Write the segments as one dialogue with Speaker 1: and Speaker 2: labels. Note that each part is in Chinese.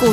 Speaker 1: 股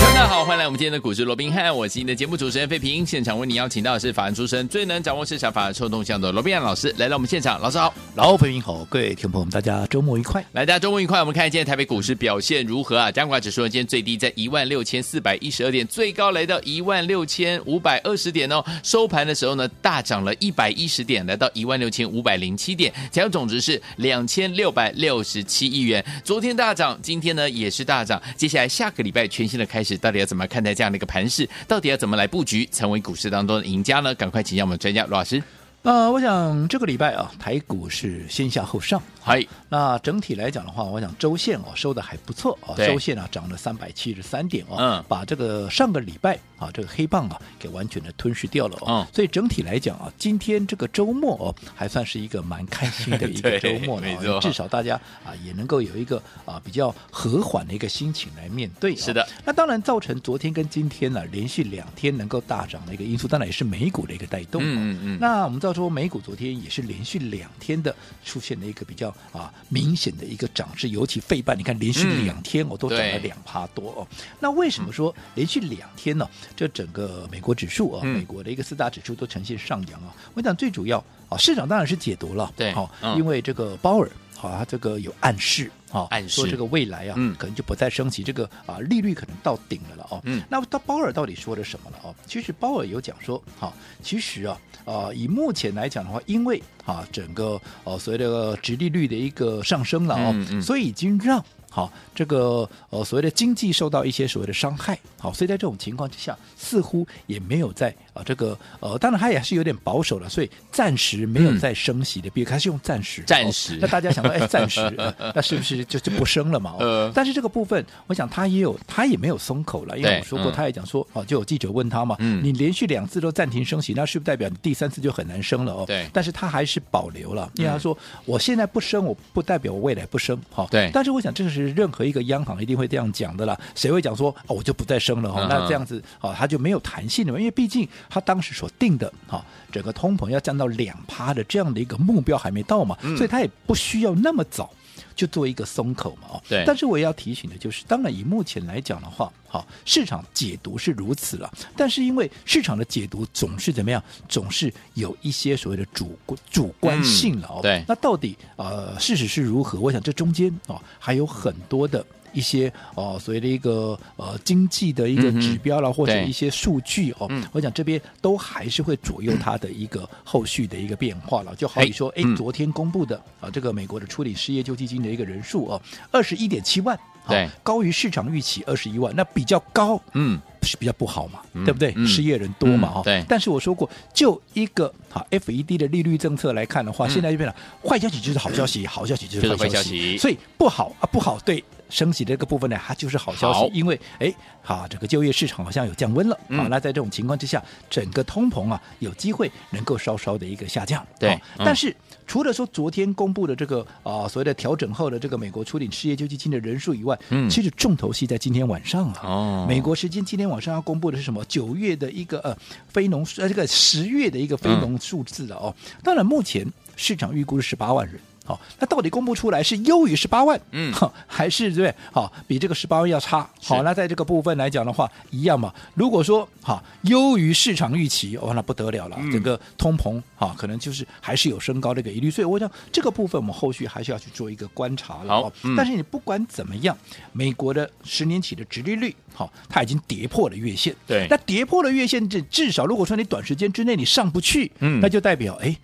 Speaker 2: 大家好，欢迎来我们今天的股市罗宾汉，我是你的节目主持人费平。现场为你邀请到的是法案出身、最能掌握市场法案臭动向的罗宾汉老师，来到我们现场，老师好。
Speaker 3: 老朋友好，各位听众朋友们，大家周末愉快。
Speaker 2: 来，大家周末愉快。我们看今天台北股市表现如何啊？加权指数呢今天最低在一万六千四百一十二点，最高来到一万六千五百二十点哦。收盘的时候呢，大涨了一百一十点，来到一万六千五百零七点，成交总值是两千六百六十七亿元。昨天大涨，今天呢也是大涨。接下来下个礼拜全新的开始，到底要怎么看待这样的一个盘势？到底要怎么来布局，成为股市当中的赢家呢？赶快请教我们专家罗老师。
Speaker 3: 呃，我想这个礼拜啊，台股是先下后上。
Speaker 2: 嗨，
Speaker 3: 那整体来讲的话，我想周线哦收的还不错哦，
Speaker 2: 对
Speaker 3: 周线啊涨了三百七十三点哦，
Speaker 2: 嗯
Speaker 3: 把这个上个礼拜啊这个黑棒啊给完全的吞噬掉了哦，
Speaker 2: 嗯
Speaker 3: 所以整体来讲啊，今天这个周末哦还算是一个蛮开心的一个 周
Speaker 2: 对
Speaker 3: 末呢
Speaker 2: 没错
Speaker 3: 哦，至少大家啊也能够有一个啊比较和缓的一个心情来面对、哦。
Speaker 2: 是的，
Speaker 3: 那当然造成昨天跟今天呢、连续两天能够大涨的一个因素，当然也是美股的一个带动、哦。
Speaker 2: 嗯嗯嗯
Speaker 3: 那我们知道说，美股昨天也是连续两天的出现了一个比较啊明显的一个涨势，尤其费半，你看连续
Speaker 2: 嗯
Speaker 3: 两天我、哦都涨了
Speaker 2: 对
Speaker 3: 两趴多哦。
Speaker 2: 嗯
Speaker 3: 那为什么说连续两天呢？这整个美国指数啊，
Speaker 2: 嗯
Speaker 3: 美国的一个四大指数都呈现上扬啊。我想最主要啊，市场当然是解读了，
Speaker 2: 对
Speaker 3: 好、
Speaker 2: 嗯
Speaker 3: 因为这个鲍尔啊，他这个有暗示。啊，
Speaker 2: 暗示
Speaker 3: 说这个未来啊，
Speaker 2: 嗯
Speaker 3: 可能就不再升级，这个啊利率可能到顶了了哦。
Speaker 2: 嗯
Speaker 3: 那到鲍尔到底说了什么了哦？其实鲍尔有讲说，哈、其实啊，呃，以目前来讲的话，因为啊，整个呃所谓的直利率的一个上升了哦，
Speaker 2: 嗯嗯
Speaker 3: 所以已经让。好，这个呃所谓的经济受到一些所谓的伤害，好，所以在这种情况之下，似乎也没有在啊、这个呃，当然他也是有点保守了，所以暂时没有
Speaker 2: 嗯
Speaker 3: 在升息的必要，他是用暂时，
Speaker 2: 暂
Speaker 3: 哦
Speaker 2: 时
Speaker 3: 那大家想到，哎，暂时，呃那是不是就就不升了嘛？哦
Speaker 2: 呃
Speaker 3: 但是这个部分，我想他也有，他也没有松口了，因为
Speaker 2: 对
Speaker 3: 我说过，
Speaker 2: 嗯
Speaker 3: 他也讲说，哦，就有记者问他嘛，
Speaker 2: 嗯
Speaker 3: 你连续两次都暂停升息，那是不是代表你第三次就很难升了哦？
Speaker 2: 对嗯
Speaker 3: 但是他还是保留了，因为他说、我现在不升，我不代表我未来不升，好、
Speaker 2: 对
Speaker 3: 但是我想这个是任何一个央行一定会这样讲的啦，谁会讲说哦我就不再升了哈、哦
Speaker 2: 嗯哼
Speaker 3: 那这样子哦他就没有弹性了嘛，因为毕竟他当时所定的哈、哦整个通膨要降到两趴的这样的一个目标还没到嘛，
Speaker 2: 嗯
Speaker 3: 所以他也不需要那么早。就做一个松口嘛，哦，
Speaker 2: 对
Speaker 3: 但是我也要提醒的就是，当然以目前来讲的话，好，市场解读是如此了，但是因为市场的解读总是怎么样，总是有一些所谓的主主观性了哦。
Speaker 2: 嗯对
Speaker 3: 那到底呃事实是如何？我想这中间哦还有很多的。一些哦，所谓的一个呃经济的一个
Speaker 2: 嗯哼
Speaker 3: 指标啦，或者
Speaker 2: 对嗯
Speaker 3: 一些数据哦，我想这边都还是会左右它的一个后续的一个变化了。就好比
Speaker 2: 哎
Speaker 3: 说，哎，
Speaker 2: 嗯
Speaker 3: 昨天公布的啊，这个美国的处理失业救济金的一个人数哦，二十一点七万，好
Speaker 2: 对
Speaker 3: 高于市场预期二十一万，那比较高，
Speaker 2: 嗯，
Speaker 3: 是比较不好嘛，对不对？
Speaker 2: 嗯
Speaker 3: 失业人多嘛，
Speaker 2: 嗯
Speaker 3: 哦，
Speaker 2: 对
Speaker 3: 但是我说过，就一个好 FED 的利率政策来看的话，现在就变了，坏消息就是好消息，好消息就
Speaker 2: 嗯就
Speaker 3: 是
Speaker 2: 是
Speaker 3: 坏
Speaker 2: 坏消
Speaker 3: 消
Speaker 2: 息
Speaker 3: 息，所以不好啊，不好对。升息的这个部分呢，它就是好消
Speaker 2: 好嗯
Speaker 3: 息，因为哎，好，整个就业市场好像有降温了，好，那在这种情况之下，整个通膨啊，有机会能够稍稍的一个下降，
Speaker 2: 对
Speaker 3: 好
Speaker 2: 嗯
Speaker 3: 但是除了说昨天公布的这个啊、所谓的调整后的这个美国处理失业救济金的人数以外，
Speaker 2: 嗯
Speaker 3: 其实重头戏在今天晚上啊，
Speaker 2: 哦
Speaker 3: 美国时间今天晚上要公布的是什么？九月的一个呃非农呃这个十月的一个非农数字了哦。当然，目前市场预估是十八万人。好、那到底公布出来是优于十八万，
Speaker 2: 嗯
Speaker 3: 哈，还是对不对？好、比这个十八万要差。好，
Speaker 2: 是
Speaker 3: 那在这个部分来讲的话，一样嘛。如果说哈、优于市场预期，哦，那不得了了，
Speaker 2: 嗯
Speaker 3: 整个通膨哈、可能就是还是有升高的一个疑虑。所以我想这个部分我们后续还是要去做一个观察了。
Speaker 2: 好
Speaker 3: 哦
Speaker 2: 嗯
Speaker 3: 但是。但是你不管怎么样，美国的十年期的殖利率，好、它已经跌破了月线。
Speaker 2: 对
Speaker 3: 那跌破了月线，至至少如果说你短时间之内你上不去，
Speaker 2: 嗯
Speaker 3: 那就代表哎，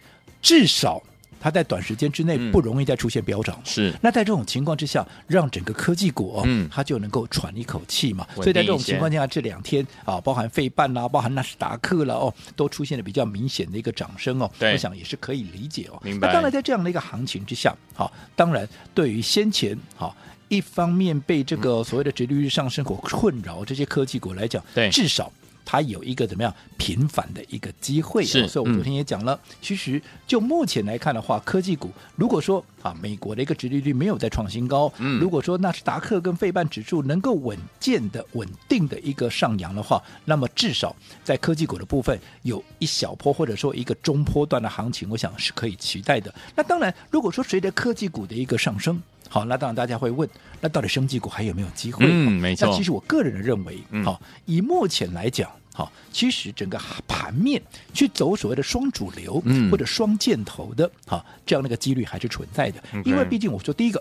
Speaker 3: 至少它在短时间之内
Speaker 2: 嗯
Speaker 3: 不容易再出现飙涨。
Speaker 2: 是
Speaker 3: 那在这种情况之下，让整个科技股哦，
Speaker 2: 嗯
Speaker 3: 它就能够喘一口气嘛。
Speaker 2: 稳定一些
Speaker 3: 所以在这种情况下，这两天啊，包含费半啦、包含纳斯达克了哦，都出现了比较明显的一个涨升哦。
Speaker 2: 对
Speaker 3: 我想也是可以理解哦。
Speaker 2: 明白
Speaker 3: 那当然，在这样的一个行情之下，好、当然对于先前好。
Speaker 2: 嗯
Speaker 3: 一方面被这个所谓的殖利率上升所困扰，这些科技股来讲，
Speaker 2: 对
Speaker 3: 至少它有一个怎么样平反的一个机会、哦。
Speaker 2: 是
Speaker 3: 所以我昨
Speaker 2: 嗯
Speaker 3: 天也讲了，其实就目前来看的话，科技股如果说啊，美国的一个殖利率没有再创新高，
Speaker 2: 嗯
Speaker 3: 如果说纳斯达克跟费半指数能够稳健的、稳定的一个上扬的话，那么至少在科技股的部分有一小波或者说一个中波段的行情，我想是可以期待的。那当然，如果说随着科技股的一个上升，好，那当然大家会问，那到底生技股还有没有机会？
Speaker 2: 嗯没错
Speaker 3: 那其实我个人的认为，好、
Speaker 2: 嗯
Speaker 3: 以目前来讲。好，其实整个盘面去走所谓的双主流，
Speaker 2: 嗯
Speaker 3: 或者双箭头的，好这样的一个几率还是存在的。
Speaker 2: OK
Speaker 3: 因为毕竟我说第一个，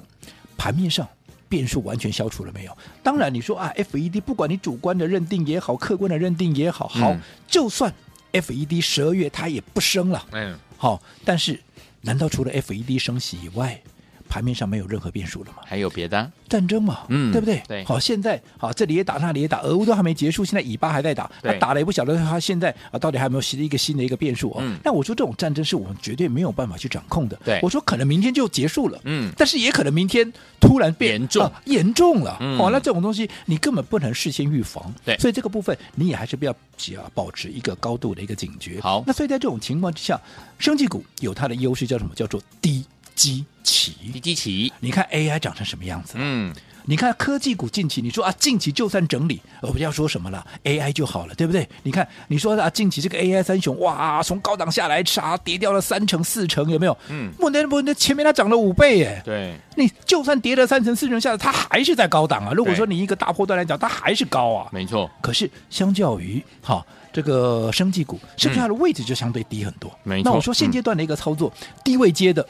Speaker 3: 盘面上变数完全消除了没有？当然，你说啊，FED 不管你主观的认定也好，客观的认定也好，好，
Speaker 2: 嗯
Speaker 3: 就算 FED 十二月它也不升了，
Speaker 2: 嗯，
Speaker 3: 好，但是难道除了 FED 升息以外，盘面上没有任何变数了吗？
Speaker 2: 还有别的啊？
Speaker 3: 战争嘛，
Speaker 2: 嗯
Speaker 3: 对不对？
Speaker 2: 对
Speaker 3: 好，现在好，这里也打，那里也打，俄乌都还没结束，现在以巴还在打，
Speaker 2: 对
Speaker 3: 那打了也不晓得他现在啊到底还有没有新的一个新的一个变数哦。
Speaker 2: 嗯
Speaker 3: 那我说这种战争是我们绝对没有办法去掌控的。
Speaker 2: 对
Speaker 3: 我说可能明天就结束了，
Speaker 2: 嗯
Speaker 3: 但是也可能明天突然变
Speaker 2: 严重
Speaker 3: 啊严重了。
Speaker 2: 嗯
Speaker 3: 哦，那这种东西你根本不能事先预防，
Speaker 2: 对
Speaker 3: 所以这个部分你也还是不要啊保持一个高度的一个警觉。
Speaker 2: 好
Speaker 3: 那所以在这种情况之下，生技股有它的优势叫什么？叫做低基期。
Speaker 2: 低基期，
Speaker 3: 你看 AI 长成什么样子？
Speaker 2: 嗯，
Speaker 3: 你看科技股近期，你说啊，近期就算整理，我不要说什么了，AI 就好了，对不对？你看，你说啊，近期这个 AI 三雄，哇，从高档下来，啥跌掉了三成四成，有没有？
Speaker 2: 嗯
Speaker 3: 不能不能，前面它涨了五倍耶。
Speaker 2: 对，
Speaker 3: 你就算跌了三成四成下来，它还是在高档啊。如果
Speaker 2: 对
Speaker 3: 说你一个大波段来讲，它还是高啊。
Speaker 2: 没错，
Speaker 3: 可是相较于哈、这个生技股，剩下的位置就相对低很多。
Speaker 2: 嗯没错嗯
Speaker 3: 那我说现阶段的一个操作，低位接的。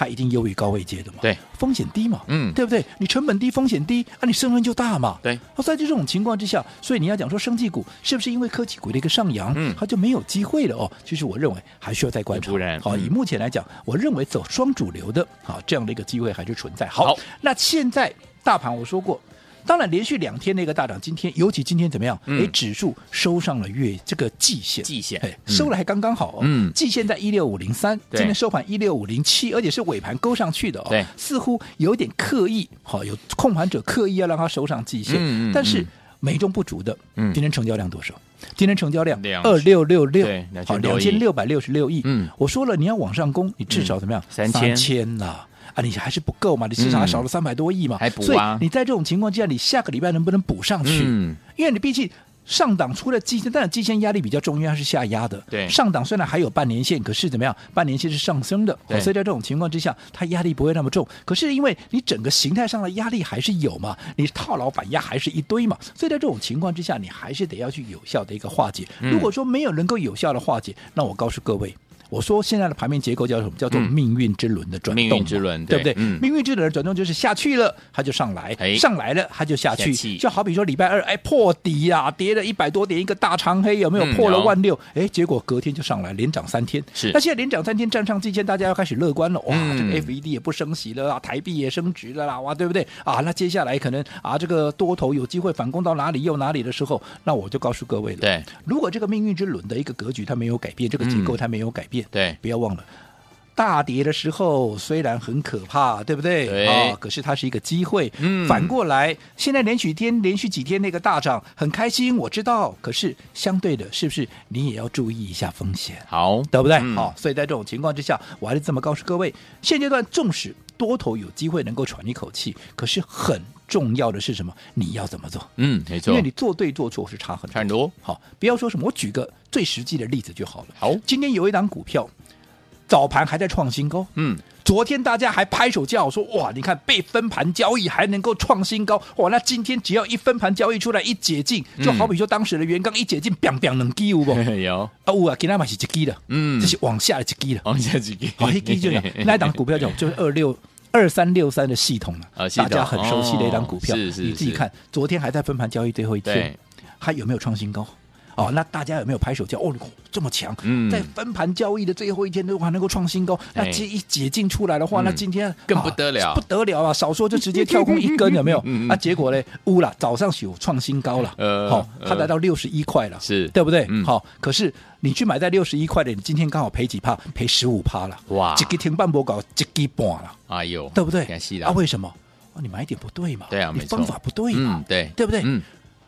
Speaker 3: 它一定优于高位接的嘛？
Speaker 2: 对，
Speaker 3: 风险低嘛，
Speaker 2: 嗯
Speaker 3: 对不对？你成本低，风险低，啊，你胜算就大嘛。
Speaker 2: 对
Speaker 3: 哦，在这种情况之下，所以你要讲说生技股是不是因为科技股的一个上扬，
Speaker 2: 嗯
Speaker 3: 它就没有机会了哦？其实我认为还需要再观察。
Speaker 2: 不然
Speaker 3: 好，
Speaker 2: 嗯
Speaker 3: 以目前来讲，我认为走双主流的，好这样的一个机会还是存在。好，
Speaker 2: 好
Speaker 3: 那现在大盘我说过。当然，连续两天的一个大涨，今天尤其今天怎么样？哎、
Speaker 2: 嗯
Speaker 3: 指数收上了月这个季线，
Speaker 2: 季线
Speaker 3: 哎，
Speaker 2: 嗯
Speaker 3: 收了还刚刚好、哦。
Speaker 2: 嗯
Speaker 3: 季线在一六五零三，
Speaker 2: 对
Speaker 3: 今天收盘一六五零七，而且是尾盘勾上去的哦。
Speaker 2: 对
Speaker 3: 似乎有点刻意，好、有控盘者刻意要让它收上季线，
Speaker 2: 嗯嗯
Speaker 3: 但是
Speaker 2: 嗯
Speaker 3: 美中不足的，
Speaker 2: 嗯
Speaker 3: 今天成交量多少？今天成交量
Speaker 2: 两
Speaker 3: 二六六六
Speaker 2: 对，2600
Speaker 3: 好，两千六百六十六亿。
Speaker 2: 嗯，
Speaker 3: 我说了，你要往上攻，你至少怎么样？
Speaker 2: 嗯3000
Speaker 3: 千啦。啊，你还是不够嘛？你至少还少了三百多亿嘛，
Speaker 2: 嗯还补啊
Speaker 3: 所以你在这种情况之下，你下个礼拜能不能补上去？
Speaker 2: 嗯
Speaker 3: 因为你毕竟上档除了基线，但是基线压力比较重，因为它是下压的。
Speaker 2: 对
Speaker 3: 上档虽然还有半年线，可是怎么样？半年线是上升的，
Speaker 2: 对
Speaker 3: 哦所以在这种情况之下，它压力不会那么重。可是因为你整个形态上的压力还是有嘛，你套牢板压还是一堆嘛，所以在这种情况之下，你还是得要去有效的一个化解。
Speaker 2: 嗯
Speaker 3: 如果说没有能够有效的化解，那我告诉各位。我说现在的盘面结构叫什么？叫做
Speaker 2: 嗯
Speaker 3: 命运之轮的转动嘛，
Speaker 2: 命运之轮
Speaker 3: 对不
Speaker 2: 对
Speaker 3: 对？
Speaker 2: 嗯
Speaker 3: 命运之轮的转动就是下去了，它就上来；
Speaker 2: 哎
Speaker 3: 上来了，它就下去。
Speaker 2: 下去
Speaker 3: 就好比说礼拜二，哎，破底啊，跌了一百多点，一个大长黑，有没有
Speaker 2: 嗯
Speaker 3: 破了
Speaker 2: 有
Speaker 3: 万六？哎、结果隔天就上来，连涨三天。
Speaker 2: 是
Speaker 3: 那现在连涨三天，站上季线，大家要开始乐观了。哇，
Speaker 2: 嗯
Speaker 3: 这个 FED 也不升息了啦，台币也升值了啦，哇，对不对？啊，那接下来可能啊，这个多头有机会反攻到哪里又哪里的时候，那我就告诉各位了。
Speaker 2: 对，
Speaker 3: 如果这个命运之轮的一个格局它没有改变，这个结
Speaker 2: 嗯
Speaker 3: 构它没有改变，
Speaker 2: 对
Speaker 3: 不要忘了。大跌的时候虽然很可怕，对不对？
Speaker 2: 对
Speaker 3: 啊，可是它是一个机会。
Speaker 2: 嗯
Speaker 3: 反过来，现在连续天连续几天那个大涨，很开心，我知道。可是相对的，是不是你也要注意一下风险？
Speaker 2: 好，
Speaker 3: 对不对？好、
Speaker 2: 嗯
Speaker 3: 所以在这种情况之下，我还是这么告诉各位：现阶段纵使多头有机会能够喘一口气，可是很重要的是什么？你要怎么做？
Speaker 2: 嗯，没错
Speaker 3: 因为，你做对做错是差很多
Speaker 2: 差。很多，
Speaker 3: 好，不要说什么，我举个最实际的例子就好了。
Speaker 2: 好
Speaker 3: 今天有一档股票，早盘还在创新高，
Speaker 2: 嗯，
Speaker 3: 昨天大家还拍手叫好说，哇，你看被分盘交易还能够创新高，哇，那今天只要一分盘交易出来一解禁，
Speaker 2: 嗯
Speaker 3: 就好比说当时的元刚一解禁，砰砰能低有不？
Speaker 2: 有，
Speaker 3: 啊有啊，今天嘛是一低的，
Speaker 2: 嗯
Speaker 3: 这是往下的一低的，
Speaker 2: 王家几个，
Speaker 3: 好，一 低就讲那一档股票讲就是二六。二三六三的系统了、
Speaker 2: 啊系统
Speaker 3: 大家很熟悉的一档股
Speaker 2: 哦
Speaker 3: 票，
Speaker 2: 是是
Speaker 3: 你自己
Speaker 2: 是
Speaker 3: 看，昨天还在分盘交易最后一天
Speaker 2: 对，，
Speaker 3: 它有没有创新高？哦，那大家有没有拍手叫哦这么强？
Speaker 2: 嗯
Speaker 3: 在分盘交易的最后一天都还能够创新高，
Speaker 2: 哎
Speaker 3: 那这一解禁出来的话，
Speaker 2: 嗯
Speaker 3: 那今天
Speaker 2: 更
Speaker 3: 啊
Speaker 2: 不得了
Speaker 3: 不得了啊！少说就直接跳空一根，有没有
Speaker 2: 嗯嗯？
Speaker 3: 啊，结果嘞，乌啦，早上有创新高了，
Speaker 2: 呃
Speaker 3: 好，它
Speaker 2: 呃
Speaker 3: 来到六十一块了，
Speaker 2: 是
Speaker 3: 对不对
Speaker 2: 嗯？
Speaker 3: 好，可是你去买在六十一块的，你今天刚好赔几趴？赔十五趴了，
Speaker 2: 哇
Speaker 3: 一个停半波搞，一个半了，
Speaker 2: 哎呦，
Speaker 3: 对不对
Speaker 2: 感谢？
Speaker 3: 啊，
Speaker 2: 啦，
Speaker 3: 为什么？哦，你买点不对嘛，
Speaker 2: 对啊
Speaker 3: 你
Speaker 2: 没错
Speaker 3: 方法不对嘛
Speaker 2: 嗯，，对，
Speaker 3: 对不对？
Speaker 2: 嗯，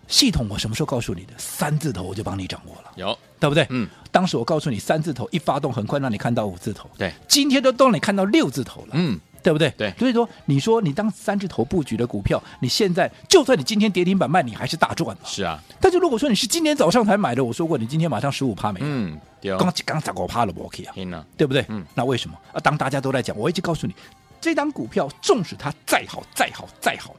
Speaker 3: 系统我什么时候告诉你的？三字头我就帮你掌握了，
Speaker 2: 有
Speaker 3: 对不对？
Speaker 2: 嗯，
Speaker 3: 当时我告诉你三字头一发动，很快让你看到五字头，
Speaker 2: 对，
Speaker 3: 今天都都让你看到六字头了，
Speaker 2: 嗯，
Speaker 3: 对不对？
Speaker 2: 对
Speaker 3: 所以说你说你当三字头布局的股票，你现在就算你今天跌停板卖，你还是大赚嘛。
Speaker 2: 是啊，
Speaker 3: 但是如果说你是今天早上才买的，我说过你今天马上十五趴没了，
Speaker 2: 嗯，对
Speaker 3: 刚
Speaker 2: 哦，
Speaker 3: 刚才我趴了不 OK 啊，
Speaker 2: 听了，
Speaker 3: 对不对？
Speaker 2: 嗯
Speaker 3: 那为什么啊？当大家都在讲，我一直告诉你，这张股票纵使它再好、再好、再好，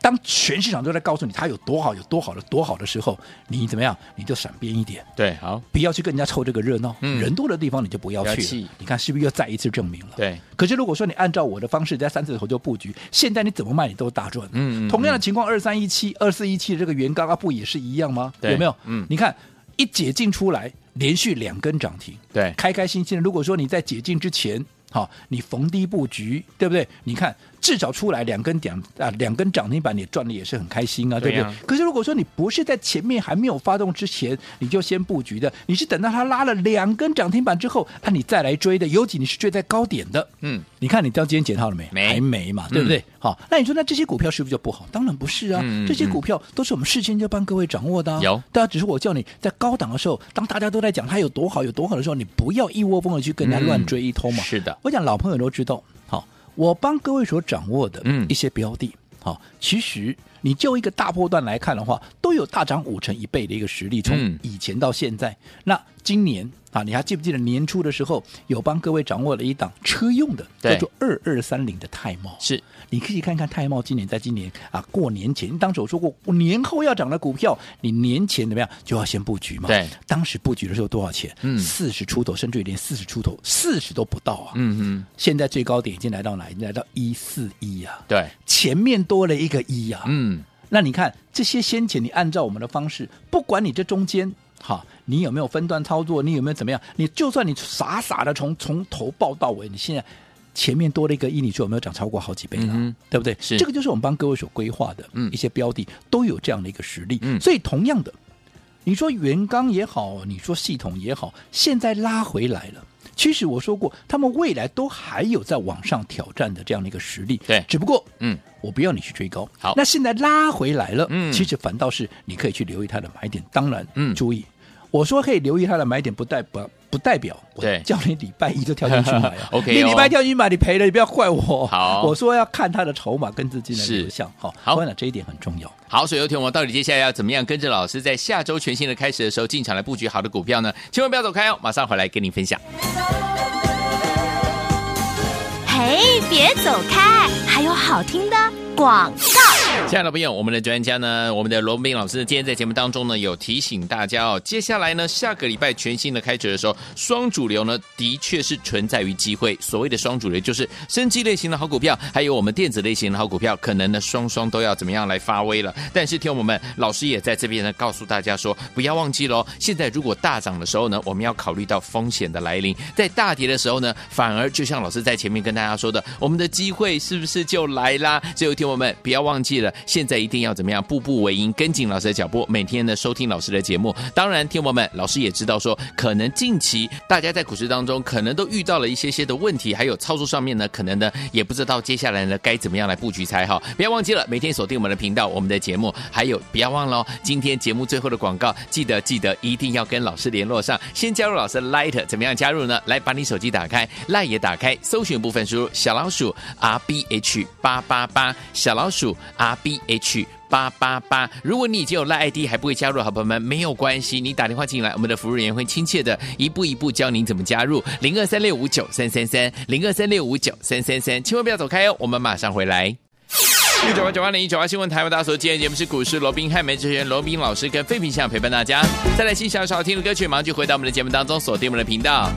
Speaker 3: 当全市场都在告诉你它有多好、有多好的、多好的时候，你怎么样？你就闪边一点，
Speaker 2: 对，好，
Speaker 3: 不要去跟人家凑这个热闹。
Speaker 2: 嗯
Speaker 3: 人多的地方你就不要
Speaker 2: 不要
Speaker 3: 去
Speaker 2: 去
Speaker 3: 了。你看是不是又再一次证明了？
Speaker 2: 对，
Speaker 3: 可是如果说你按照我的方式在三字头就布局，现在你怎么卖你都大赚。
Speaker 2: 嗯嗯
Speaker 3: 同样的情况，二三一七、二四一七的这个原刚啊，不也是一样吗？
Speaker 2: 对
Speaker 3: 有没有？
Speaker 2: 嗯
Speaker 3: 你看一解禁出来，连续两根涨停，
Speaker 2: 对，
Speaker 3: 开开心心的。如果说你在解禁之前，好，你逢低布局，对不对？你看至少出来两根点啊，两根涨停板，你赚的也是很开心啊，对
Speaker 2: 对
Speaker 3: 不对？
Speaker 2: 呀
Speaker 3: 可是如果说你不是在前面还没有发动之前，你就先布局的，你是等到它拉了两根涨停板之后，啊，你再来追的，尤其你是追在高点的，
Speaker 2: 嗯，
Speaker 3: 你看你到今天解套了没？
Speaker 2: 没嗯
Speaker 3: 还没嘛，对不对？好，那你说那这些股票是不是就不好？当然不是啊，
Speaker 2: 嗯嗯
Speaker 3: 这些股票都是我们事先就帮各位掌握的、啊。
Speaker 2: 有
Speaker 3: 对啊，只是我叫你在高档的时候，当大家都在讲它有多好、有多好的时候，你不要一窝蜂的去跟人家乱追一通嘛。
Speaker 2: 嗯是的，
Speaker 3: 我讲老朋友都知道，好，我帮各位所掌握的
Speaker 2: 嗯
Speaker 3: 一些标的，好，其实你就一个大波段来看的话，都有大涨五成一倍的一个实力，
Speaker 2: 嗯
Speaker 3: 从以前到现在。那今年啊，你还记不记得年初的时候有帮各位掌握了一档车用的，
Speaker 2: 对
Speaker 3: 叫做二二三零的泰茂？
Speaker 2: 是
Speaker 3: 你可以看看泰茂今年在今年啊过年前，当时我说过年后要涨的股票，你年前怎么样就要先布局嘛。
Speaker 2: 对，
Speaker 3: 当时布局的时候多少钱？
Speaker 2: 嗯
Speaker 3: 四十出头，甚至于连四十出头，四十都不到啊。
Speaker 2: 嗯嗯，
Speaker 3: 现在最高点已经来到哪？已经来到一四一啊，
Speaker 2: 对，
Speaker 3: 前面多了一个一啊。
Speaker 2: 嗯，
Speaker 3: 那你看这些先前你按照我们的方式，不管你这中间哈，你有没有分段操作，你有没有怎么样，你就算你傻傻的从从头报到尾，你现在。前面多了一个一，你说有没有涨超过好几倍了？
Speaker 2: 嗯哼
Speaker 3: 对不对？
Speaker 2: 是
Speaker 3: 这个就是我们帮各位所规划的
Speaker 2: 嗯
Speaker 3: 一些标的，都有这样的一个实力。
Speaker 2: 嗯
Speaker 3: 所以同样的，你说原钢也好，你说系统也好，现在拉回来了。其实我说过，他们未来都还有在往上挑战的这样的一个实力。
Speaker 2: 对
Speaker 3: 只不过，
Speaker 2: 嗯，
Speaker 3: 我不要你去追高。
Speaker 2: 好
Speaker 3: 那现在拉回来了，
Speaker 2: 嗯
Speaker 3: 其实反倒是你可以去留意它的买点。当然，
Speaker 2: 嗯
Speaker 3: 注意，我说可以留意它的买点，不代表不代表我
Speaker 2: 对
Speaker 3: 叫你礼拜一就跳进去买、啊
Speaker 2: OK
Speaker 3: 你
Speaker 2: 哦
Speaker 3: 礼拜跳进去买，你赔了，你不要怪我。
Speaker 2: 好
Speaker 3: 我说要看它的筹码跟资金的流向。好，
Speaker 2: 好
Speaker 3: 我想这一点很重要。
Speaker 2: 好，所以有听我们到底接下来要怎么样跟着老师在下周全新的开始的时候进场来布局好的股票呢？千万不要走开哦，马上回来跟您分享。
Speaker 1: 嘿，别走开，还有好听的广告。
Speaker 2: 亲爱的朋友，我们的专家呢，我们的罗文斌老师呢，今天在节目当中呢，有提醒大家哦，接下来呢，下个礼拜全新的开学的时候，双主流呢，的确是存在于机会。所谓的双主流，就是生机类型的好股票，还有我们电子类型的好股票，可能呢，双双都要怎么样来发威了。但是，听我们，老师也在这边呢，告诉大家说，不要忘记喽，现在如果大涨的时候呢，我们要考虑到风险的来临，在大跌的时候呢，反而就像老师在前面跟大家说的，我们的机会是不是就来啦？所以，听我们不要忘记了，现在一定要怎么样，步步为营，跟紧老师的脚步，每天呢收听老师的节目。当然，听我们老师也知道说，可能近期大家在股市当中可能都遇到了一些些的问题，还有操作上面呢，可能呢也不知道接下来呢该怎么样来布局才好。不要忘记了，每天锁定我们的频道，我们的节目，还有不要忘了哦，今天节目最后的广告，记得记得一定要跟老师联络上，先加入老师的 Light，怎么样加入呢？来把你手机打开，Light 也打开，搜寻部分输入小老鼠 R B H 八八八，小老鼠 R B H。八八八。如果你已经有 l ID 还不会加入，好朋友们没有关系，你打电话进来，我们的服务人员会亲切的一步一步教您怎么加入零二三六五九三三三零二三六五九三三三，千万不要走开哦，我们马上回来。六九八九八零一九八新闻台，为大家所今天节目是股市罗宾汉梅职员罗宾老师跟费平想陪伴大家。再来欣赏一首好听的歌曲，马上就回到我们的节目当中，锁定我们的频道。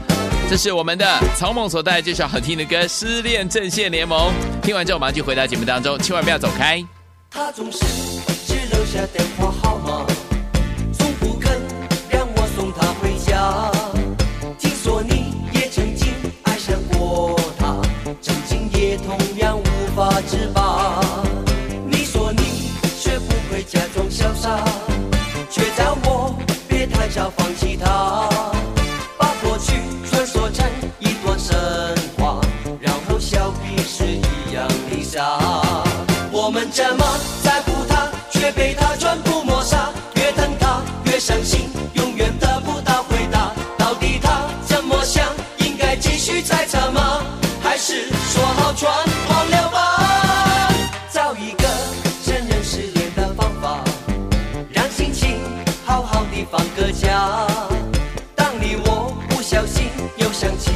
Speaker 2: 这是我们的草蜢所带来这首好听的歌《失恋阵线联盟》。听完之后，马上就回到节目当中，千万不要走开。
Speaker 4: 他总是只留下电话号码，从不肯让我送他回家。听说你也曾经爱上过他，曾经也同样无法自拔。你说你学不会假装潇洒，却叫我别太早放弃他。把过去穿梭成一段神话，然后笑彼此一样的傻。我们这么在乎他，却被他全部抹杀。船忘了吧，找一个承认失恋的方法，让心情好好的放个假。当你我不小心又想起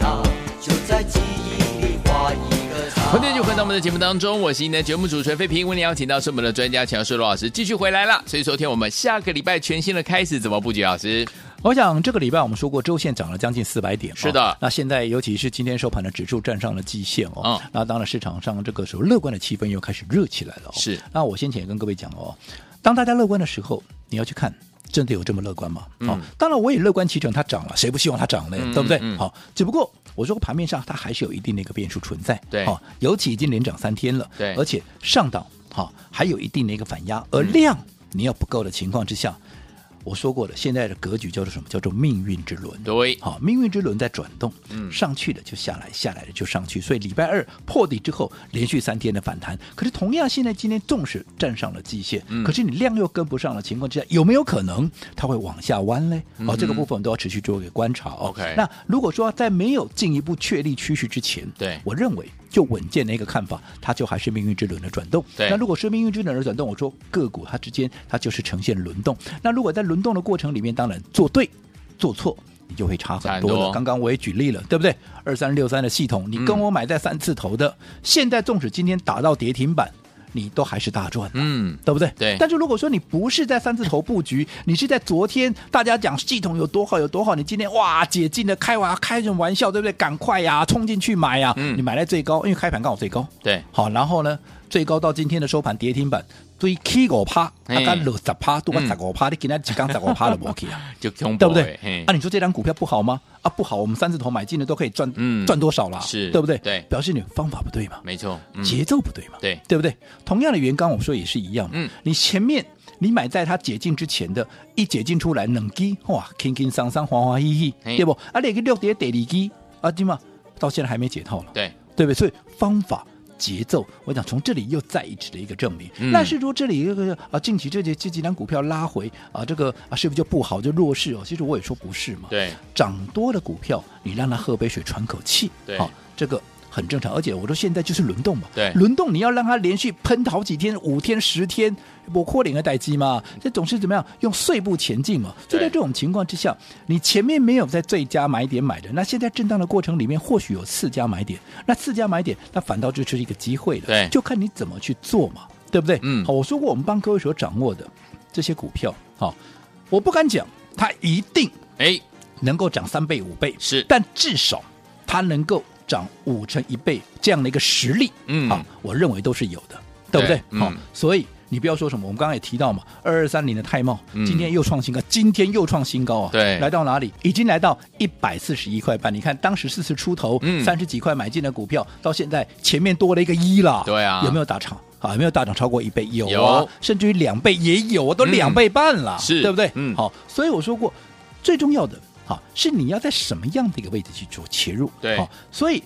Speaker 4: 他，就在记忆里画一个叉。
Speaker 2: 欢迎继续回到我们的节目当中，我是您的节目主持人费平，为您邀请到是我们的专家强硕罗老师继续回来了。所以昨天我们下个礼拜全新的开始怎么布局？老师，
Speaker 3: 我想这个礼拜我们说过，周线涨了将近四百点、哦，
Speaker 2: 是的
Speaker 3: 那现在尤其是今天收盘的指数站上了季线哦，
Speaker 2: 嗯
Speaker 3: 那当然市场上这个时候乐观的气氛又开始热起来了、哦。
Speaker 2: 是
Speaker 3: 那我先前也跟各位讲了哦，当大家乐观的时候，你要去看。真的有这么乐观吗？哦，当然我也乐观其成，它涨了，谁不希望它涨呢？
Speaker 2: 嗯
Speaker 3: 对不对？好、
Speaker 2: 嗯
Speaker 3: 只不过我说盘面上它还是有一定的一个变数存在。
Speaker 2: 对
Speaker 3: 哦，尤其已经连涨三天了，
Speaker 2: 对
Speaker 3: 而且上档好、还有一定的一个反压，而量你要不够的情况之下，我说过了，现在的格局叫做什么？叫做命运之轮。
Speaker 2: 对，嗯
Speaker 3: 好，命运之轮在转动，上去的就下来，下来的就上去，所以礼拜二破底之后，连续三天的反弹。可是同样，现在今天纵使站上了季线，
Speaker 2: 嗯
Speaker 3: 可是你量又跟不上的情况之下，有没有可能它会往下弯嘞？哦，这个部分我们都要持续做一个观察哦。
Speaker 2: 嗯 OK
Speaker 3: 那如果说在没有进一步确立趋势之前，
Speaker 2: 对
Speaker 3: 我认为就稳健的一个看法，它就还是命运之轮的转动。
Speaker 2: 对
Speaker 3: 那如果是命运之轮的转动，我说个股它之间它就是呈现轮动。那如果在轮动的过程里面，当然做对做错。你就会差
Speaker 2: 差很
Speaker 3: 很多
Speaker 2: 多
Speaker 3: 了。刚刚我也举例了，对不对？二三六三的系统，
Speaker 2: 嗯
Speaker 3: 你跟我买在三次头的，现在纵使今天打到跌停板，你都还是大赚、嗯，
Speaker 2: 嗯，
Speaker 3: 对不对？
Speaker 2: 对
Speaker 3: 但是如果说你不是在三字头布局， 你是在昨天大家讲系统有多好有多好，你今天哇解禁了，开玩开什么玩笑，对不对？赶快呀、冲进去买呀、
Speaker 2: 嗯
Speaker 3: 你买在最高，因为开盘刚好最高。
Speaker 2: 对，
Speaker 3: 好，然后呢，最高到今天的收盘跌停板。追 K 五趴，
Speaker 2: 嘿
Speaker 3: 大概六十趴，多
Speaker 2: 嗯
Speaker 3: 十五趴，你今天只刚十五趴都无 去啊！
Speaker 2: 就恐
Speaker 3: 对
Speaker 2: 怖
Speaker 3: 不
Speaker 2: 欸
Speaker 3: 对
Speaker 2: 嘿？
Speaker 3: 啊，你说这张股票不好吗？啊，不好，我们三字头买进的都可以赚，
Speaker 2: 嗯
Speaker 3: 赚多少啦？
Speaker 2: 是
Speaker 3: 对不对？
Speaker 2: 对
Speaker 3: 表示你方法不对嘛，
Speaker 2: 没错，嗯
Speaker 3: 节奏不对嘛，
Speaker 2: 对
Speaker 3: 对不对？同样的原刚我说也是一样嘛，
Speaker 2: 嗯
Speaker 3: 你前面。你买在它解禁之前的，一解禁出来两支，哇，轻轻桑桑，欢欢喜喜，
Speaker 2: 嘿
Speaker 3: 对不？啊，那个六跌第二支，啊，对嘛，到现在还没解套了。
Speaker 2: 对，
Speaker 3: 对不对？所以方法。节奏，我想从这里又再一次的一个证明，
Speaker 2: 嗯
Speaker 3: 那是说这里一个啊，近期这些这几档股票拉回啊，这个啊是不是就不好就弱势哦？其实我也说不是嘛，
Speaker 2: 对，
Speaker 3: 涨多的股票你让它喝杯水喘口气，
Speaker 2: 对
Speaker 3: 好、这个很正常。而且我说现在就是轮动嘛，
Speaker 2: 对
Speaker 3: 轮动你要让它连续喷好几天，五天、十天，我扩领个待机嘛，这总是怎么样用碎步前进嘛。
Speaker 2: 对
Speaker 3: 所以在这种情况之下，你前面没有在最佳买点买的，那现在震荡的过程里面或许有次佳买点，那次佳买点那反倒就是一个机会了，
Speaker 2: 对
Speaker 3: 就看你怎么去做嘛，对不对？
Speaker 2: 嗯
Speaker 3: 好，我说过我们帮各位所掌握的这些股票，好、我不敢讲它一定
Speaker 2: 哎，
Speaker 3: 能够涨三倍五倍
Speaker 2: 是
Speaker 3: 但至少它能够涨五成一倍这样的一个实力，
Speaker 2: 嗯
Speaker 3: 啊，我认为都是有的，对不
Speaker 2: 对
Speaker 3: 对？
Speaker 2: 嗯
Speaker 3: 好、所以你不要说什么，我们刚刚也提到嘛，二二三零的泰茂、
Speaker 2: 嗯
Speaker 3: 今天又创新高，今天又创新高啊，
Speaker 2: 对
Speaker 3: 来到哪里？已经来到一百四十一块半。你看当时四十出头，
Speaker 2: 嗯
Speaker 3: 三十几块买进的股票，到现在前面多了一个一了，
Speaker 2: 对啊
Speaker 3: 有没有打场？啊，有没有大涨超过一倍？有啊，
Speaker 2: 有
Speaker 3: 甚至于两倍也有啊，都
Speaker 2: 嗯
Speaker 3: 两倍半了，
Speaker 2: 是
Speaker 3: 对不对？
Speaker 2: 嗯
Speaker 3: 好，所以我说过，最重要的好是你要在什么样的一个位置去做切入，
Speaker 2: 对
Speaker 3: 好，所以。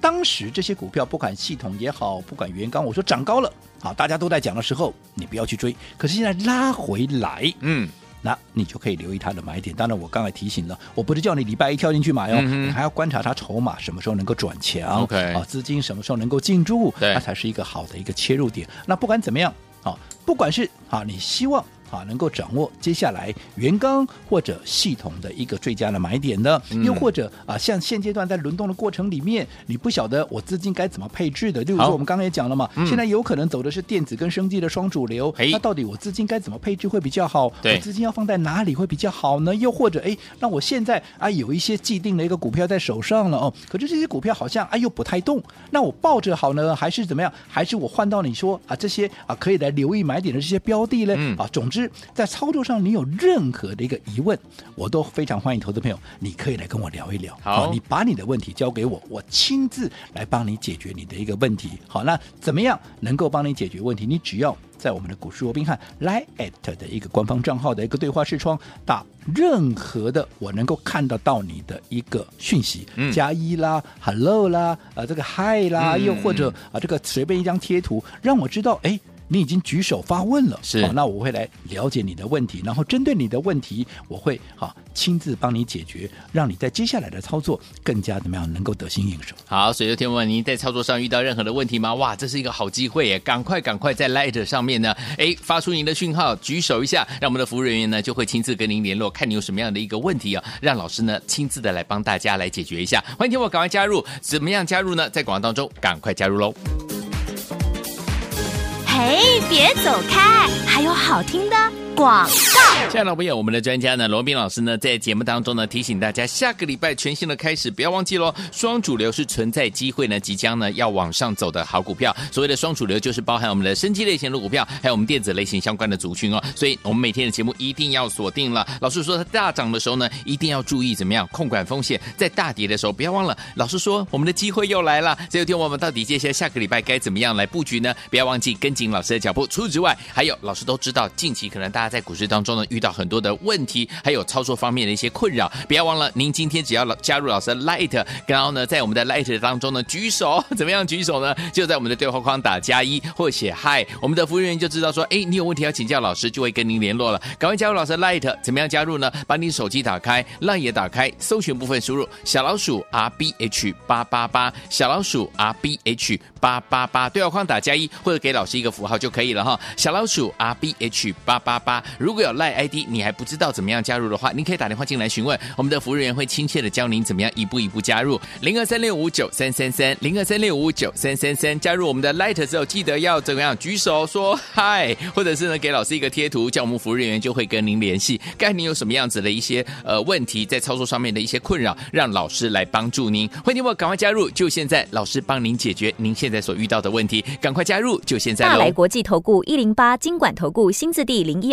Speaker 3: 当时这些股票，不管系统也好，不管原刚，我说涨高了，好，大家都在讲的时候，你不要去追。可是现在拉回来，
Speaker 2: 嗯，
Speaker 3: 那你就可以留意它的买点。当然，我刚才提醒了，我不是叫你礼拜一跳进去买哦，
Speaker 2: 嗯哼
Speaker 3: 你还要观察它筹码什么时候能够转强
Speaker 2: OK
Speaker 3: 啊，资金什么时候能够进驻，
Speaker 2: 对
Speaker 3: 那才是一个好的一个切入点。那不管怎么样，啊，不管是啊，你希望。啊，能够掌握接下来原钢或者系统的一个最佳的买点的，
Speaker 2: 嗯
Speaker 3: 又或者啊，像现阶段在轮动的过程里面，你不晓得我资金该怎么配置的。例如
Speaker 2: 好
Speaker 3: 说，我们刚刚也讲了嘛，
Speaker 2: 嗯
Speaker 3: 现在有可能走的是电子跟生技的双主流，
Speaker 2: 哎
Speaker 3: 那到底我资金该怎么配置会比较好？
Speaker 2: 对
Speaker 3: 我资金要放在哪里会比较好呢？又或者，哎，那我现在啊有一些既定的一个股票在手上了哦，可是这些股票好像啊又不太动，那我抱着好呢，还是怎么样？还是我换到你说啊这些啊可以来留意买点的这些标的呢？
Speaker 2: 嗯
Speaker 3: 啊，总之在操作上你有任何的一个疑问，我都非常欢迎投资朋友，你可以来跟我聊一聊。
Speaker 2: 好
Speaker 3: 你把你的问题交给我，我亲自来帮你解决你的一个问题。好，那怎么样能够帮你解决问题？你只要在我们的股市罗宾汉 Line at 的一个官方账号的一个对话视窗打任何的我能够看得到你的一个讯息，
Speaker 2: 嗯
Speaker 3: 加一啦，Hello 啦，啊、这个 Hi 啦，
Speaker 2: 嗯
Speaker 3: 又或者啊、这个随便一张贴图，让我知道哎。你已经举手发问了，
Speaker 2: 是
Speaker 3: 好那我会来了解你的问题，然后针对你的问题，我会好亲自帮你解决，让你在接下来的操作更加怎么样能够得心应手。
Speaker 2: 好，所以有天文，您在操作上遇到任何的问题吗？哇，这是一个好机会耶！赶快赶快在 Light 上面呢，哎，发出您的讯号，举手一下，让我们的服务人员呢就会亲自跟您联络，看你有什么样的一个问题啊，让老师呢亲自的来帮大家来解决一下。欢迎天我赶快加入，怎么样加入呢？在广告当中赶快加入喽。
Speaker 1: 嘿，别走开，还有好听的广。
Speaker 2: 亲爱的朋友，我们的专家呢，罗斌老师呢，在节目当中呢提醒大家，下个礼拜全新的开始，不要忘记喽。双主流是存在机会呢，即将呢要往上走的好股票。所谓的双主流，就是包含我们的生机类型的股票，还有我们电子类型相关的族群哦。所以我们每天的节目一定要锁定了。老师说，它大涨的时候呢，一定要注意怎么样控管风险；在大跌的时候，不要忘了，老师说我们的机会又来了。所以，听我们到底接下来下个礼拜该怎么样来布局呢？不要忘记跟紧老师的脚步。除此之外，还有老师都知道，近期可能大家在股市当中呢遇到很多的问题，还有操作方面的一些困扰。不要忘了，您今天只要老加入老师的 Light，然后呢，在我们的 Light 当中呢举手，怎么样举手呢？就在我们的对话框打加一或写 Hi，我们的服务人员就知道说，哎，你有问题要请教老师，就会跟您联络了。赶快加入老师的 Light，怎么样加入呢？把你手机打开，浪也打开，搜寻部分输入小老鼠 R B H 八八八，小老鼠 R B H 八八八，对话框打加一或者给老师一个符号就可以了哈。小老鼠 R B H 八八八，如果有赖 ID 你还不知道怎么样加入的话，您可以打电话进来询问，我们的服务人员会亲切的教您怎么样一步一步加入零二三六五九三三三零二三六五九三三三。加入我们的 Light 之后，记得要怎么样举手说嗨，或者是呢给老师一个贴图，叫我们服务人员就会跟您联系，看你有什么样子的一些呃问题在操作上面的一些困扰，让老师来帮助您。欢迎我赶快加入，就现在，老师帮您解决您现在所遇到的问题，赶快加入，就现在
Speaker 5: 大
Speaker 2: 喽
Speaker 5: 来。国际投顾一零八金管投顾新字第零一